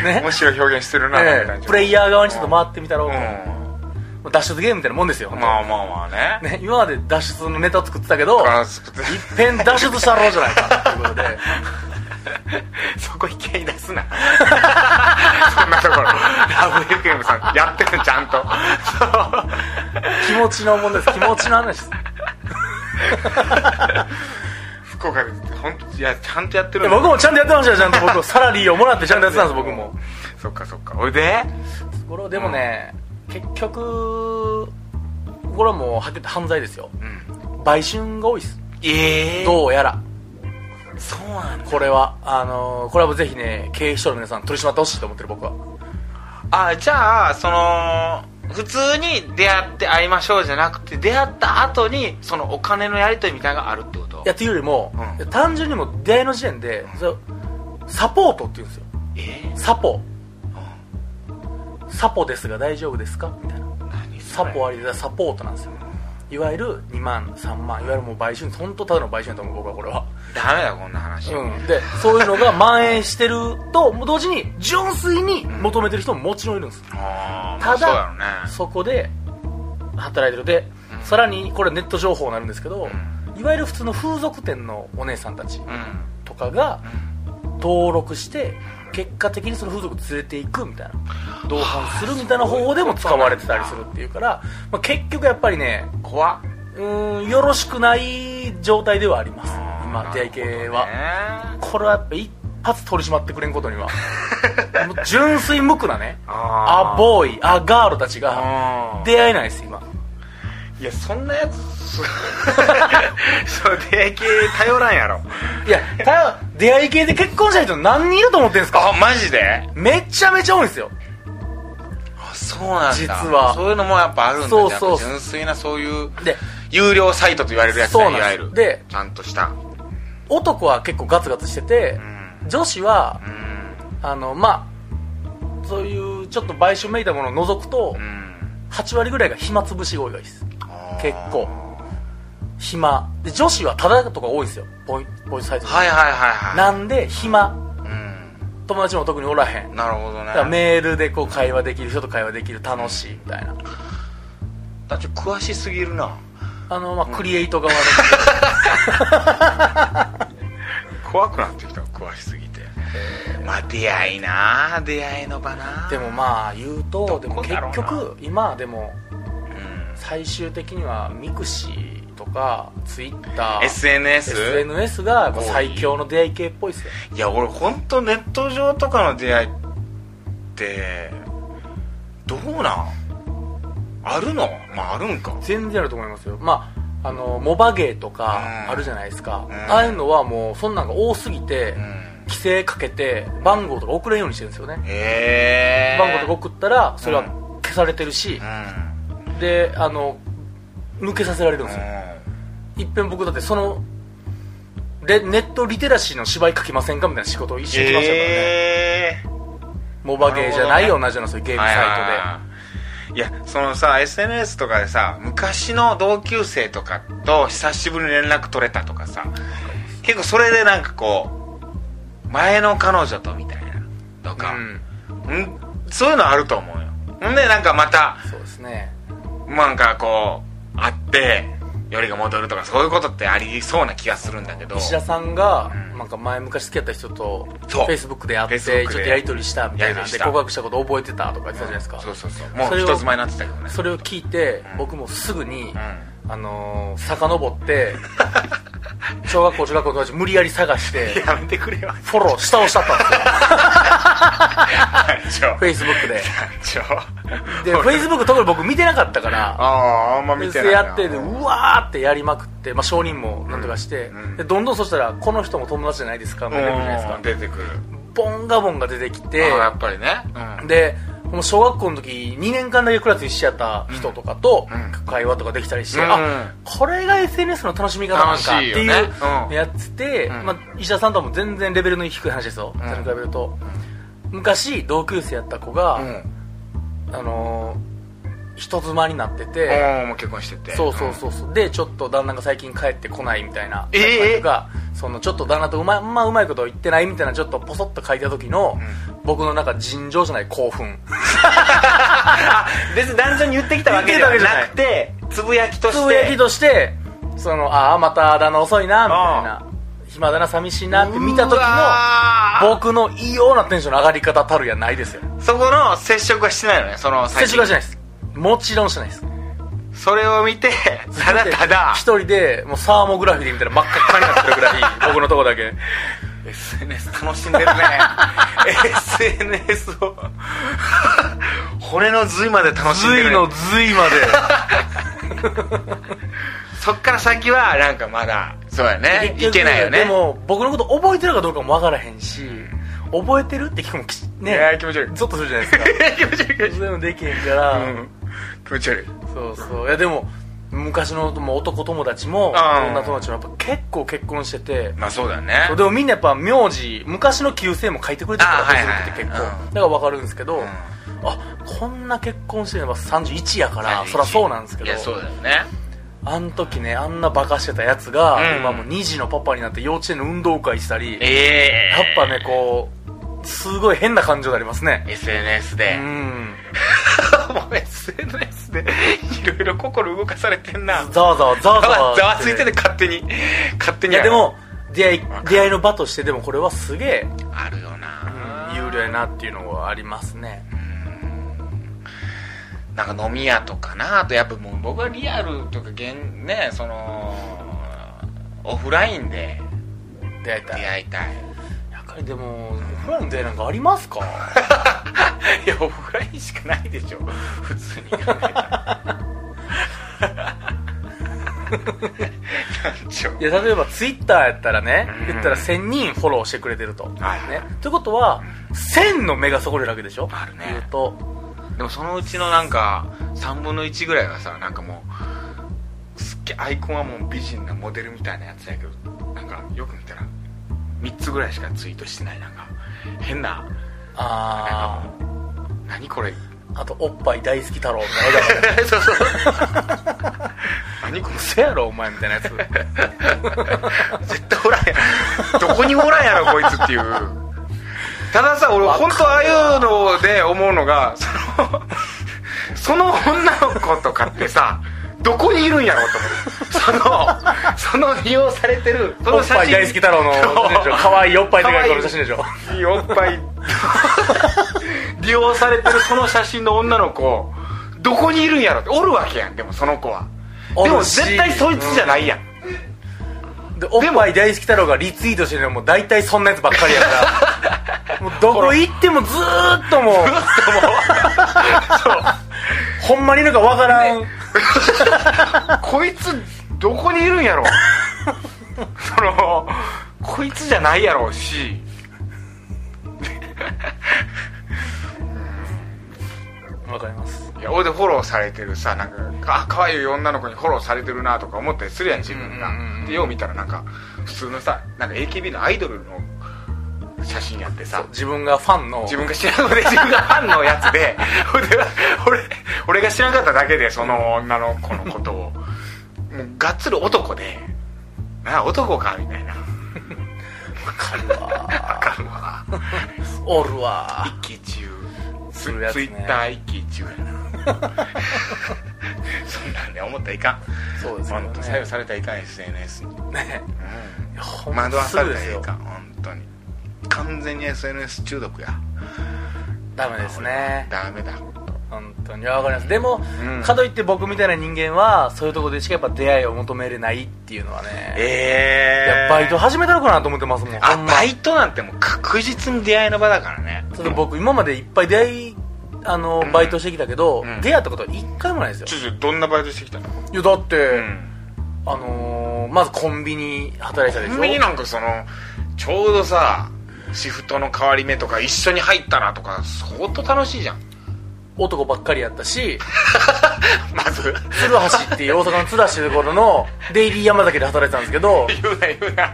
Speaker 3: が
Speaker 4: ね
Speaker 3: 面白い表現してるな、
Speaker 4: ええ
Speaker 3: なんか
Speaker 4: プレイヤー側にちょっと回ってみたろう
Speaker 3: う
Speaker 4: と、
Speaker 3: ん
Speaker 4: もう脱出ゲームみたいなもんですよ、本当
Speaker 3: まあまあまあね
Speaker 4: ね、今まで脱出のネタ作ってたけど、いっ
Speaker 3: ガラス作って
Speaker 4: ぺん脱出したろうじゃないかっていうことで、
Speaker 3: そこ引き合い出すな そんなところラブ FM さんやってるちゃんと
Speaker 4: 気持ちの問題です気持ちの話です
Speaker 3: 福岡で本当いやちゃんとやって
Speaker 4: で
Speaker 3: るんだ
Speaker 4: 僕もちゃんとやってましたよちゃんと僕サラリーをもらってちゃんとやってたんです僕も
Speaker 3: そっかそっかおいで
Speaker 4: これはでもね、結局これはもうはっきり言って犯罪ですよ
Speaker 3: うん
Speaker 4: 売春が多いです
Speaker 3: ええ
Speaker 4: どうやら
Speaker 3: そうなんだ
Speaker 4: これはあのーこれはもうぜひね経営者の皆さん取り締まってほしいと思ってる僕は
Speaker 3: あじゃあその普通に出会って会いましょうじゃなくて出会った後にそのお金のやり取りみたいなのがあるってこと
Speaker 4: いやっていうよりも、
Speaker 3: うん
Speaker 4: いや単純にもう出会いの時点で、それサポートって言うんですよ
Speaker 3: えー
Speaker 4: サポ、サポですが大丈夫ですかみたいな
Speaker 3: 何
Speaker 4: サ
Speaker 3: それ
Speaker 4: ポありでサポートなんですよいわゆる2万3万いわゆるもう買収本当ただの買収だと思う僕はこれは
Speaker 3: ダメだこんな話、
Speaker 4: うん、でそういうのが蔓延してるともう同時に純粋に求めてる人ももちろんいるんです
Speaker 3: あーまあ
Speaker 4: た
Speaker 3: そうやろ
Speaker 4: だ
Speaker 3: ね
Speaker 4: そこで働いてるで、
Speaker 3: うん
Speaker 4: さらにこれネット情報になるんですけど、
Speaker 3: う
Speaker 4: いわゆる普通の風俗店のお姉さんたち
Speaker 3: うん
Speaker 4: とかが
Speaker 3: うん
Speaker 4: 登録して結果的にその風俗連れていくみたいな同伴するみたいな方法でも使われてたりするっていうから、まあ、結局やっぱりね
Speaker 3: 怖っ
Speaker 4: うーんよろしくない状態ではあります今出会い系は、
Speaker 3: なるほどね
Speaker 4: これはやっぱ一発取り締まってくれんこと にはもう純粋無垢なね
Speaker 3: あ
Speaker 4: アボーイアガールたちが
Speaker 3: あ
Speaker 4: 出会えないです今
Speaker 3: いやそんなやつそう出会い系頼らんやろ
Speaker 4: いやた出会い系で結婚した人何人いると思ってんすか
Speaker 3: あマジで
Speaker 4: めちゃめちゃ多いんですよ
Speaker 3: あそうなんだ
Speaker 4: 実は
Speaker 3: そういうのもやっぱあるんだ
Speaker 4: そうそう
Speaker 3: やっぱ純粋なそういう
Speaker 4: で
Speaker 3: 有料サイトと言われるやつ
Speaker 4: そ
Speaker 3: だ
Speaker 4: う
Speaker 3: い
Speaker 4: な
Speaker 3: わ
Speaker 4: ん
Speaker 3: ゆ
Speaker 4: です
Speaker 3: る
Speaker 4: で
Speaker 3: ちゃんとした
Speaker 4: 男は結構ガツガツしてて
Speaker 3: う、ん
Speaker 4: 女子は
Speaker 3: うん
Speaker 4: あのまあそういうちょっと買収めいたものを除くと
Speaker 3: うん
Speaker 4: 8割ぐらいが暇つぶしが多いです
Speaker 3: あー
Speaker 4: 結構暇で女子はタダとか多いんですよポインポイントサイトで
Speaker 3: はいはいはいは
Speaker 4: なんで暇
Speaker 3: いうん
Speaker 4: 友達も特におらへん
Speaker 3: なるほど
Speaker 4: だから
Speaker 3: ね
Speaker 4: メールでこう会話できる人と会話できる楽しいみたいな
Speaker 3: だって詳しすぎるな
Speaker 4: あのまあクリエイト側で
Speaker 3: 怖くなってきた詳しすぎてまあ出会いな出会いの場な
Speaker 4: でもまあ言うとでも
Speaker 3: こ
Speaker 4: 結
Speaker 3: だろうな
Speaker 4: 局今でも
Speaker 3: うん
Speaker 4: 最終的にはミクシーとかツイッター
Speaker 3: SNS?
Speaker 4: SNS がやっぱ最強の出会い系っぽいですよ
Speaker 3: いや俺本当ネット上とかの出会いってどうなんあるのまああるんか
Speaker 4: 全然あると思いますよまああのモバゲーと
Speaker 3: うん
Speaker 4: かあるじゃないですか、
Speaker 3: うん
Speaker 4: ああいうのはもうそんなんが多すぎて、
Speaker 3: うん
Speaker 4: 規制かけて番号とか送れんようにしてるんですよね、
Speaker 3: へえ
Speaker 4: 番号とか送ったらそれは消されてるし、
Speaker 3: うん
Speaker 4: であの抜けさせられるん
Speaker 3: う
Speaker 4: ですよ、
Speaker 3: ん
Speaker 4: いっぺん僕だってそのレネットリテラシーの芝居書きませんかみたいな仕事を一緒に来ましたからね、
Speaker 3: え
Speaker 4: モバゲーじゃない
Speaker 3: なる
Speaker 4: よ
Speaker 3: ほ
Speaker 4: 同じようなそういうゲー
Speaker 3: ー
Speaker 4: ムサイトで、
Speaker 3: はいはいはいいやそのさ SNS とかでさ昔の同級生とかと久しぶりに連絡取れたとかさ結構それでなんかこう前の彼女とみたいなとか、
Speaker 4: うん
Speaker 3: うん、そういうのあると思うよほんでなんかまた
Speaker 4: そうですね
Speaker 3: なんかこう会ってよりが戻るとかそういうことってありそうな気がするんだけど
Speaker 4: 石田さんが
Speaker 3: うん
Speaker 4: なんか前昔付き合った人とフ
Speaker 3: そう
Speaker 4: ェイスブックで会って
Speaker 3: Facebook
Speaker 4: ちょ
Speaker 3: で
Speaker 4: っとやり取りしたみた
Speaker 3: や
Speaker 4: い
Speaker 3: り
Speaker 4: な
Speaker 3: 取
Speaker 4: ん
Speaker 3: り
Speaker 4: で
Speaker 3: した
Speaker 4: 告白したこと覚えてたとか言ってたじゃないですか、
Speaker 3: そうそうそうも
Speaker 4: そうれを
Speaker 3: 人妻になってたけどね
Speaker 4: それを聞いて
Speaker 3: うん
Speaker 4: 僕もすぐに、
Speaker 3: うん
Speaker 4: あのー、遡って 小学校中学校の友達無 理やり探 して
Speaker 3: やめてくれよ
Speaker 4: フォロー下をしちゃったんですよ
Speaker 3: 団 長
Speaker 4: フェ イスブックで
Speaker 3: 団
Speaker 4: でフェイスブック特に僕見てなかったから
Speaker 3: あああんま見て
Speaker 4: で
Speaker 3: ないな
Speaker 4: やってでうわーってやりまくって、まあ、証人もなんとかして、
Speaker 3: うん
Speaker 4: でどんどんそしたらこの人も友達じゃないですかみたいなじゃないです
Speaker 3: う
Speaker 4: か
Speaker 3: ん出てくる
Speaker 4: ボンガボンが出てき
Speaker 3: あ
Speaker 4: て
Speaker 3: あやっぱりねうん
Speaker 4: でもう小学校の時2年間だけクラス一緒やった人とかと
Speaker 3: うん
Speaker 4: 会話とかできたりして、
Speaker 3: うん
Speaker 4: あこれが SNS の楽しみ方なんかっていう
Speaker 3: 楽しいよねうん
Speaker 4: やつで、
Speaker 3: うん
Speaker 4: まあ、医者さんとはもう全然レベルの低い話ですよ、
Speaker 3: ん
Speaker 4: それに比べると昔同級生やった子が、あのー人妻になってて、
Speaker 3: うんもう結婚してて
Speaker 4: そうそうそうそうでちょっと旦那が最近帰ってこないみたいな、
Speaker 3: ええ
Speaker 4: とかそのちょっと旦那とうま,、まあ、うまいこと言ってないみたいなちょっとポソッと書いた時の、
Speaker 3: ん
Speaker 4: 僕の中尋常じゃない興奮
Speaker 3: うん別に男女に言ってきたわけではなくてつぶやきとして
Speaker 4: つぶやきとしてそのああまただの遅いなみたいな暇だな寂しいなって見た時
Speaker 3: うわー
Speaker 4: の僕の異様なテンションの上がり方たるやないですよ
Speaker 3: そこの接触はしてないのねその
Speaker 4: 接
Speaker 3: 最近
Speaker 4: 触はしないですもちろんしないです
Speaker 3: それを見てただた だ
Speaker 4: 一人でもうサーモグラフィーみたいな真っ赤っかになってるぐら い僕のとこだけ
Speaker 3: SNS 楽しんでる ね SNS を骨の髄まで楽しんでる、
Speaker 4: 髄
Speaker 3: ね、
Speaker 4: の髄まで
Speaker 3: そっから先はなんかまだそうやねいけないよね
Speaker 4: でも僕のこと覚えてるかどうかもわからへんし覚えてるって聞くのもき
Speaker 3: いやー
Speaker 4: ね
Speaker 3: 気持ち悪い
Speaker 4: ゾッとするじゃないですか
Speaker 3: 気持ち悪い気持ち悪い
Speaker 4: でもできへんから、
Speaker 3: うん気持ち悪い
Speaker 4: そうそういやでも昔のもう男友達も
Speaker 3: あー
Speaker 4: 女友達もやっぱ結構結婚してて
Speaker 3: まあそうだよね
Speaker 4: そうでもみんなやっぱ名字昔の旧姓も書いてくれてるから
Speaker 3: あーはいはい
Speaker 4: 別に結構、
Speaker 3: うん
Speaker 4: だから分かるんですけど、
Speaker 3: うん
Speaker 4: あこんな結婚してるのは31やから
Speaker 3: 31
Speaker 4: そりゃそうなんですけ
Speaker 3: い
Speaker 4: ど
Speaker 3: やそうだよね
Speaker 4: あん時ねあんなバカしてたやつが、
Speaker 3: うん
Speaker 4: 今もう2児のパパになって幼稚園の運動会したりやっ
Speaker 3: ええ
Speaker 4: ぱねこうすごい変な感情になりますね
Speaker 3: SNS
Speaker 4: う
Speaker 3: で、
Speaker 4: ん
Speaker 3: もう SNS でいろいろ心動かされてんな
Speaker 4: ざわざわざわざわ
Speaker 3: ざわついてて勝手に勝手
Speaker 4: い
Speaker 3: にや
Speaker 4: やで
Speaker 3: ろ
Speaker 4: も出会い
Speaker 3: わかる
Speaker 4: 出会いの場としてでもこれはすげえ
Speaker 3: あるよな、
Speaker 4: 有料やなっていうのはありますね
Speaker 3: なんか飲み屋とかなあとやっぱもう僕はリアルとか現ねそのオフラインで
Speaker 4: 出会えた
Speaker 3: 出
Speaker 4: らや
Speaker 3: 会いたい
Speaker 4: っぱりでもオフラインの出会いなんかありますか
Speaker 3: いやオフラインしかないでしょ普通に考えたらなんちゅう
Speaker 4: いや例えばツイッターやったらね
Speaker 3: うん
Speaker 4: 言ったら1000人フォローしてくれてると、ね
Speaker 3: はいはい、
Speaker 4: ということは1000の目がそこにいるわけでしょ
Speaker 3: あるね
Speaker 4: 言うと
Speaker 3: でもそのうちのなんか3分の1ぐらいはさなんかもうすっげえアイコンはもう美人なモデルみたいなやつやけどなんかよく見たら3つぐらいしかツイートしてないなんか変な
Speaker 4: あ
Speaker 3: なんかもう何こ れ
Speaker 4: ああとおっぱい大好き太郎みたいな笑顔
Speaker 3: そうそう何これ
Speaker 4: 嘘やろお前みたいなやつ
Speaker 3: 絶対おらんやんどこにもおらんやろこいつっていうたださ俺本当ああいうので思うのがそのその女の子とかってさどこにいるんやろと思ってそのその利用されてるそ
Speaker 4: お
Speaker 3: の
Speaker 4: っぱい大好き太 郎の写真でしょかわいいおっぱいでかいこの写真でしょ
Speaker 3: いいおっぱい利用されてるその写真の女の子どこにいるんやろっておるわけやんでもその子は
Speaker 4: おる
Speaker 3: で
Speaker 4: し
Speaker 3: も絶対そいつじゃないやん、
Speaker 4: でおっぱい大好き太郎がリツイートしてるのも大体そんなやつばっかりやから もうどこ行ってもずーっともうほんまにいるかわからん、
Speaker 3: こいつどこにいるんやろ そのこいつじゃないやろうし
Speaker 4: わかります
Speaker 3: いや俺でフォローされてるさなんかあ可愛い女の子にフォローされてるなとか思ったりするやん自分が、
Speaker 4: うんうんうんうん
Speaker 3: でよう見たらなんか普通のさなんか AKB のアイドルの写真やってさ
Speaker 4: 自分がファンの
Speaker 3: 自分が知らんので自分がファンのやつで ほんで俺俺が知らんかっただけでその女の子のことをもうがっつり男でなあ男かみたいなわかるわわかるわ
Speaker 4: おるわ
Speaker 3: 一騎中
Speaker 4: す
Speaker 3: ツ
Speaker 4: るやつ
Speaker 3: ツ
Speaker 4: ね
Speaker 3: イッター一騎中やな そんなんで思ったらいかん
Speaker 4: そうですよね
Speaker 3: 本当左右されたらいかん SNS に、
Speaker 4: ねいやほんます
Speaker 3: 惑わ
Speaker 4: ぐ
Speaker 3: された
Speaker 4: です
Speaker 3: らい
Speaker 4: よ
Speaker 3: かん本当に完全に SNS 中毒や
Speaker 4: ダメですね
Speaker 3: ダメだ
Speaker 4: 本当にいやわかりますでも、
Speaker 3: うん
Speaker 4: かといって僕みたいな人間はそういうとこでしかやっぱ出会いを求めれないっていうのはね、
Speaker 3: え
Speaker 4: いやバイト始めたのかなと思ってますもん
Speaker 3: あ
Speaker 4: ほんま
Speaker 3: バイトなんてもう確実に出会いの場だからね
Speaker 4: ちょっと僕今までいっぱい出会いあの
Speaker 3: ん
Speaker 4: バイトしてきたけど、
Speaker 3: うん
Speaker 4: 出会ったことは一回もないですよ
Speaker 3: ちょちょどんなバイトしてきたの
Speaker 4: いやだって、
Speaker 3: うん
Speaker 4: あのーまずコンビニ働いてたでしょ
Speaker 3: コンビニなんかそのちょうどさシフトの変わり目とか一緒に入ったなとか相当楽しいじゃん
Speaker 4: 男ばっかりやったし
Speaker 3: まず
Speaker 4: 鶴橋っていう大阪の鶴橋っていうところのデイリー山崎で働いてたんですけど
Speaker 3: 言うな言うな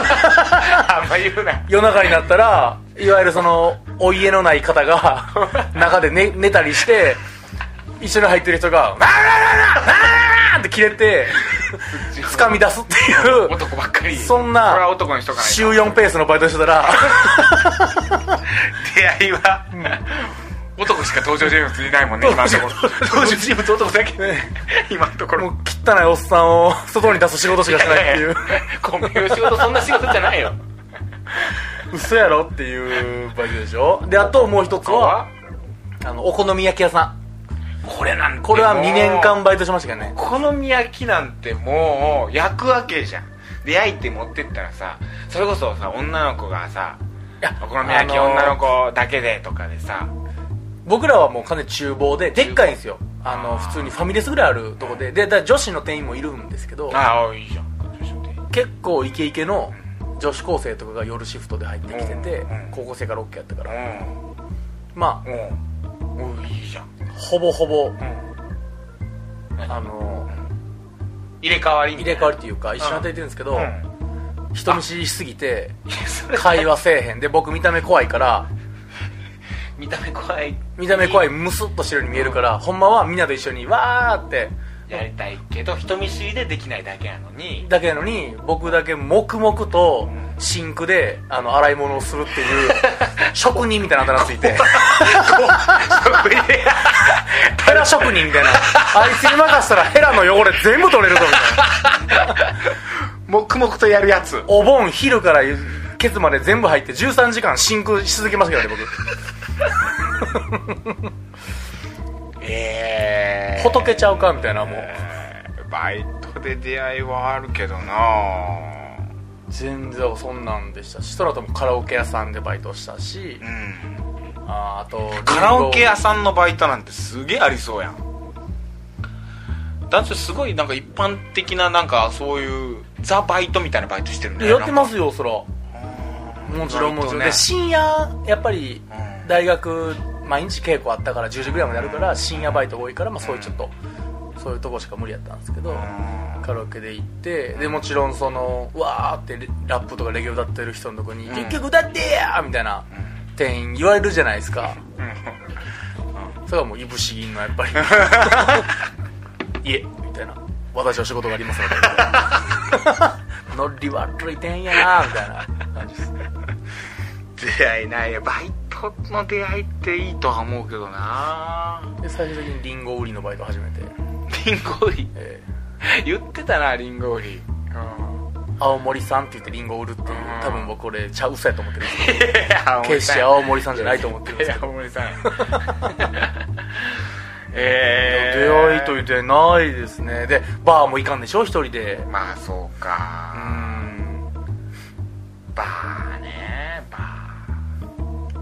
Speaker 3: あんま言うな
Speaker 4: 夜中になったらいわゆるそのお家のない方が中で寝寝たりして一緒に入ってる人が「わーわーわーわーわーって切れて掴み出すっていう
Speaker 3: 男ばっかり
Speaker 4: そんな
Speaker 3: これは男の人がない
Speaker 4: 週4ペースのバイトしてたら
Speaker 3: 出会いは、男しか登場人物いないもんね今のところ
Speaker 4: 登場人物男だけ
Speaker 3: 今のとこ
Speaker 4: もう
Speaker 3: ろ
Speaker 4: 汚いおっさんを外に出す仕事しかしてないっていう
Speaker 5: コンビの仕事そんな仕事じゃないよ
Speaker 4: 嘘やろっていうバイトでしょであともう一つはあのお好み焼き屋さん
Speaker 3: これなんて
Speaker 4: これは
Speaker 3: もう
Speaker 4: 2年間バイトしましたけどね
Speaker 3: 好み焼きなんてもう焼くわけじゃんで焼いて持ってったらさそれこそさ女の子がさお好み焼き
Speaker 4: あのー
Speaker 3: 女の子だけでとかでさ
Speaker 4: 僕らはもう完全に厨房ででっかいんですよあの普通にファミレスぐらいあるとこででだから女子の店員もいるんですけど
Speaker 3: ああいいじゃん女子の店員
Speaker 4: 結構イケイケの女子高生とかが夜シフトで入ってきてて
Speaker 3: うんうん
Speaker 4: 高校生から OK やったからま
Speaker 3: うんうんおいいじゃん
Speaker 4: あほぼほぼ
Speaker 3: ん
Speaker 4: あの
Speaker 3: 入れ替わりみたい
Speaker 4: 入れ替
Speaker 3: な
Speaker 4: わりっていうか一緒に働いてるんですけど
Speaker 3: うん
Speaker 4: 人見知りしすぎて
Speaker 3: いやそれ
Speaker 4: 会話せえへんで僕見た目怖いから
Speaker 5: 見た目怖い
Speaker 4: 見た目怖いムスッとしてるように見えるからほんまはみんなと一緒にわーって
Speaker 5: やりたいけど人見知りでできないだけなのに
Speaker 4: だけなのに僕だけ黙々とシンクであの洗い物をするっ ていう職人みたいなあだ名ついてヘラ職人みたいなあいつに任せたらヘラの汚れ全部取れるぞみたいな
Speaker 3: 黙々とやるやつ
Speaker 4: お盆昼からケツまで全部入って13時間シンクし続けましたけどね
Speaker 3: ええ
Speaker 4: 僕ほとけちゃうかみたいなもう
Speaker 3: バイトで出会いはあるけどな
Speaker 4: 全然そんなんでしたしその後もカラオケ屋さんでバイトしたし
Speaker 3: うん
Speaker 4: あーあと
Speaker 3: カラオケ屋さんのバイトなんてすげえありそうやん男性すごいなんか一般的ななんかそういうザ・バイトみたいなバイトしてるんだ
Speaker 4: や
Speaker 3: よ
Speaker 4: ってますすよそらもちろんもちろん、
Speaker 3: ね
Speaker 4: で深夜やっぱり
Speaker 3: うん
Speaker 4: 大学毎日稽古あったから10時ぐらいまでやるから深夜バイトが多いから、まあ、そういうちょっと、そういうとこしか無理やったんですけど、カラオケで行ってでもちろんそのわーってレラップとかレゲエ歌ってる人のとこに「結局歌ってや!」みたいな店員言われるじゃないですか、それはもういぶし銀のやっぱり「 いえ」みたいな「私は仕事がありますのでみたいな」ノ リ悪い店員やなみたいな感じです
Speaker 3: 出会いないやバイトの出会いっていいとは思うけど な
Speaker 4: で最終的にリンゴ売りのバイト始めて、
Speaker 3: リンゴ売り
Speaker 4: え
Speaker 3: 言ってたなリンゴ売り
Speaker 4: ー青森さんって言ってリンゴ売るっていう多分僕これちゃうさやと思ってるんですけど決して青森さんじゃないと思ってるんですけど
Speaker 3: 青 森さんえ
Speaker 4: 出会いという出会いないですねでバーも行かんでしょ一人で
Speaker 3: まあそう
Speaker 4: う
Speaker 3: か
Speaker 4: ん
Speaker 3: バーねバ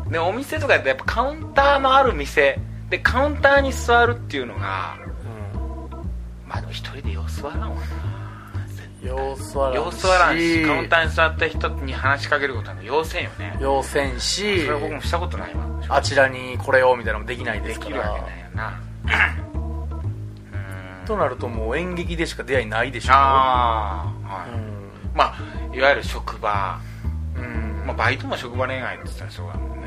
Speaker 3: ーでお店とかってやっぱカウンターのある店でカウンターに座るっていうのがまあでも一人で様子はらんわ
Speaker 4: 様子は
Speaker 3: な
Speaker 4: らん
Speaker 3: 様
Speaker 4: し
Speaker 3: 子はらんしカウンターに座った人に話しかけることなんて要せんよね
Speaker 4: 要せんし
Speaker 3: それ僕もしたことないわ
Speaker 4: あちらにこれをみたいなのもできないで
Speaker 3: です
Speaker 4: か
Speaker 3: きるわけ
Speaker 4: ら
Speaker 3: ないよな
Speaker 4: となるともう演劇でしか出会いないでしょ
Speaker 3: ああ、は
Speaker 4: う
Speaker 3: い
Speaker 4: ん
Speaker 3: まあいわゆる職場、
Speaker 4: うん
Speaker 3: まあ、バイトも職場恋愛って言ったらそうだもん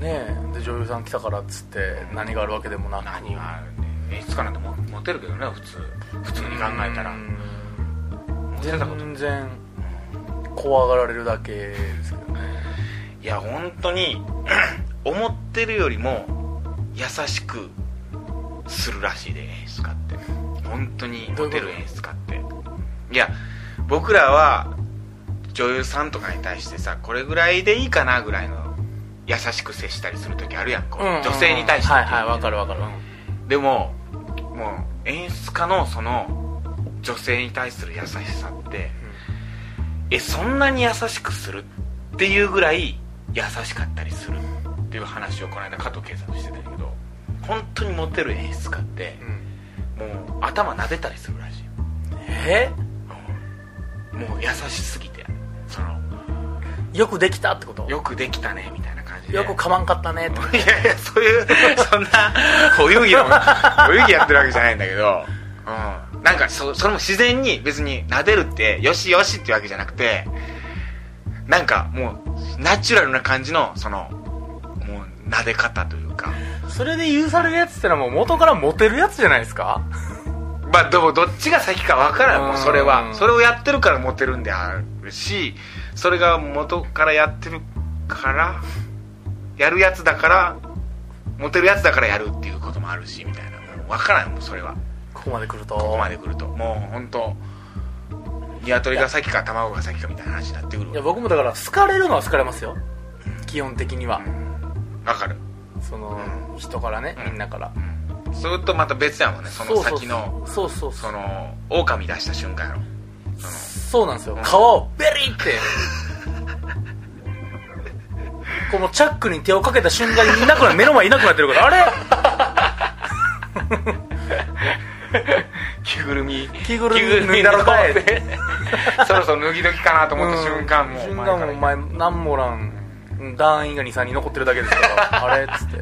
Speaker 3: ね
Speaker 4: ねえで女優さん来たからっつって何があるわけでもなく
Speaker 3: 何があるんで演出家なんてモモテるけどね普通普通に考えたら
Speaker 4: うん
Speaker 3: モテたこと
Speaker 4: 全然怖がられるだけですけどね
Speaker 3: いや本当に 思ってるよりも優しくするらしいで演出家って本当にモテる演出家っていや僕らは女優さんとかに対してさこれぐらいでいいかなぐらいの優しく接したりする時あるやんこう女性に対して
Speaker 4: はいはいわかるわかる
Speaker 3: でももう演出家のその女性に対する優しさって、えそんなに優しくするっていうぐらい優しかったりするっていう話をこの間加藤圭さんとしてたんだけど本当にモテる演出家って、もう頭撫でたりするらしいよ
Speaker 4: え
Speaker 3: もう優しすぎてその
Speaker 4: よくできたってことよ
Speaker 3: よくできたねみたいな感じで
Speaker 4: くかまんかったねとか
Speaker 3: いやいやそういうそんなお遊戯のお遊戯やってるわけじゃないんだけどうんなんかそそれも自然に別に撫でるってよしよしっていうわけじゃなくてなんかもうナチュラルな感じのそのもう撫で方というか
Speaker 4: それで許されるやつってのはもう元からモテるやつじゃないですか
Speaker 3: まあどどっちが先かわからんもうそれ
Speaker 4: う
Speaker 3: は
Speaker 4: ん
Speaker 3: それをやってるからモテるんであるしそれが元からやってるからやるやつだからモテるやつだからやるっていうこともあるしみたいなもう分からんもうそれは
Speaker 4: ここまで来ると
Speaker 3: ここまで来るともう本当鶏が先か卵が先かみたいな話になってくる
Speaker 4: いや僕もだから好かれるのは好かれますよ基本的には、
Speaker 3: わかる
Speaker 4: その、人からね、みんなから、
Speaker 3: それとまた別やもんねその先の
Speaker 4: そうそうそ
Speaker 3: そうの狼出した瞬間やろ
Speaker 4: そうなんですよ皮をベリってこのチャックに手をかけた瞬間にいなくな目の前いなくなってるからあ
Speaker 3: 着ぐるみ
Speaker 4: れ着ぐるみ脱いだろかいって
Speaker 3: そろそろ脱ぎ時かなと思った瞬間もう
Speaker 4: 瞬
Speaker 3: 前
Speaker 4: 間
Speaker 3: か
Speaker 4: も
Speaker 3: ら
Speaker 4: お前何もおらんうん団員が23人残ってるだけですからあれっつってい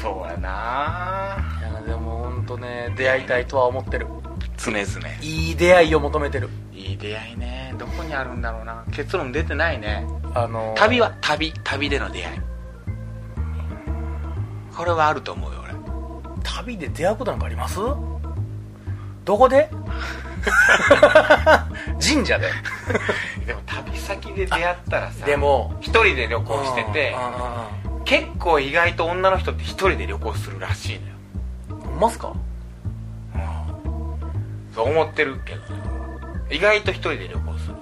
Speaker 3: そうやな
Speaker 4: やでも本当ね出会いたいとは思ってる
Speaker 3: 常々
Speaker 4: いい出会いを求めてる
Speaker 3: いい出会いねどこにあるんだろうな結論出てないね
Speaker 4: あの
Speaker 3: 旅は旅旅での出会いこれはあると思うよ俺
Speaker 4: 旅で出会うことなんかありますどこ で神社で
Speaker 5: でも旅先で出会ったらさ
Speaker 4: でも
Speaker 5: 一人で旅行してて
Speaker 4: うんうんうん
Speaker 5: 結構意外と女の人って一人で旅行するらしいのよ
Speaker 4: ほんますか
Speaker 5: そう思ってるけどね意外と一人で旅行する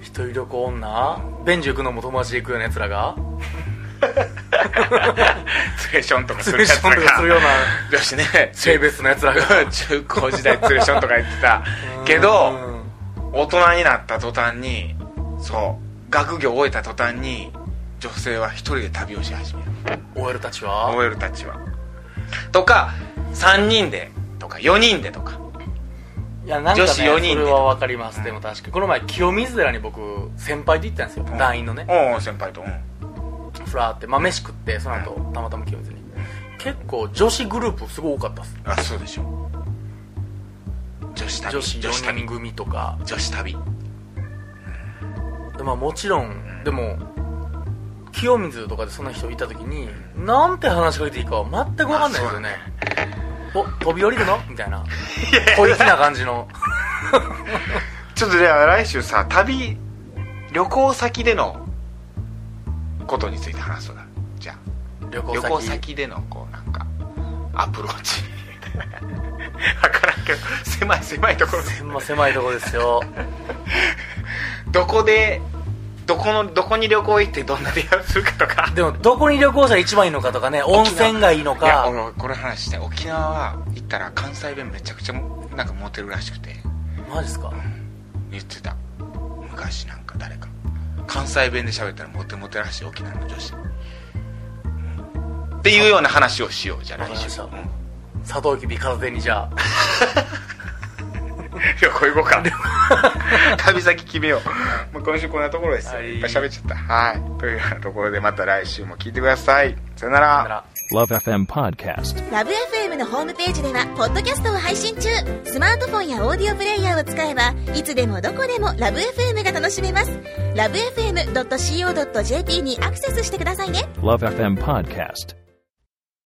Speaker 4: 一人旅行女ベンジ行くのも友達で行くようなやつらが
Speaker 3: ツレションとかす
Speaker 4: ツ
Speaker 3: る
Speaker 4: レ
Speaker 3: や
Speaker 4: シ
Speaker 3: つ
Speaker 4: ョンとかするような
Speaker 3: 女子 ね
Speaker 4: 性別のやつらが
Speaker 3: 中高時代ツレションとか言ってたけど
Speaker 4: うん
Speaker 3: 大人になった途端にそう学業を終えた途端に女性は一人で旅をし始める
Speaker 4: OL たちは
Speaker 3: OL たちはとか3人でとか4人でとか
Speaker 4: いやなんか、ね、
Speaker 3: 女子四人
Speaker 4: そ
Speaker 3: で
Speaker 4: れは分かりますでも確かにこの前清水寺に僕先輩と行ったんですよ、団員のね
Speaker 3: おうおう先輩とうん
Speaker 4: フラーって、まあ、飯食ってその後たまたま清水に結構女子グループすごい多かったっす
Speaker 3: あそうでしょ女子旅
Speaker 4: 女子
Speaker 3: 女子
Speaker 4: 4人
Speaker 3: 旅
Speaker 4: 組とか
Speaker 3: 女子旅
Speaker 4: でまあもちろんでも清水とかでそんな人いた時になんて話しかけていいかは全く分かんないですよねお飛び降りるのみた いな小粋な感じの
Speaker 3: ちょっとじゃあ来週さ旅旅行先でのことについて話そうだじゃあ
Speaker 4: 旅行
Speaker 3: 旅
Speaker 4: 先
Speaker 3: 行先でのこうなんかアプローチわからんけど狭い狭いと ころで
Speaker 4: まあ、狭いとこですよ
Speaker 3: どこでどこのどこに旅行行ってどんな出会いをするかとか
Speaker 4: でもどこに旅行者一番いいのかとかね温泉がいいの
Speaker 3: いや
Speaker 4: か
Speaker 3: 俺これ話して沖縄は行ったら関西弁めちゃくちゃなんかモテるらしくて
Speaker 4: マジっすか
Speaker 3: 言ってた昔なんか誰か関西弁で喋ったらモテモテらしい沖縄の女子っていうような話をしようじゃあ来 週
Speaker 4: わかりサトウキビ片手にじゃあ
Speaker 3: 旅行行こうか旅先決めよう もう今週こんなところですよ、
Speaker 4: はい
Speaker 3: い、っぱい喋っちゃったはいというようなところでまた来週も聞いてくださいさよなら
Speaker 4: なら
Speaker 6: Love FM Podcast.
Speaker 7: ラブ f m のホームページではポッドキャストを配信中スマートフォンやオーディオプレイヤーを使えばいつでもどこでもラブ f m が楽しめますラブ FM.co.jp にアクセスしてくださいね
Speaker 6: Love FM Podcast.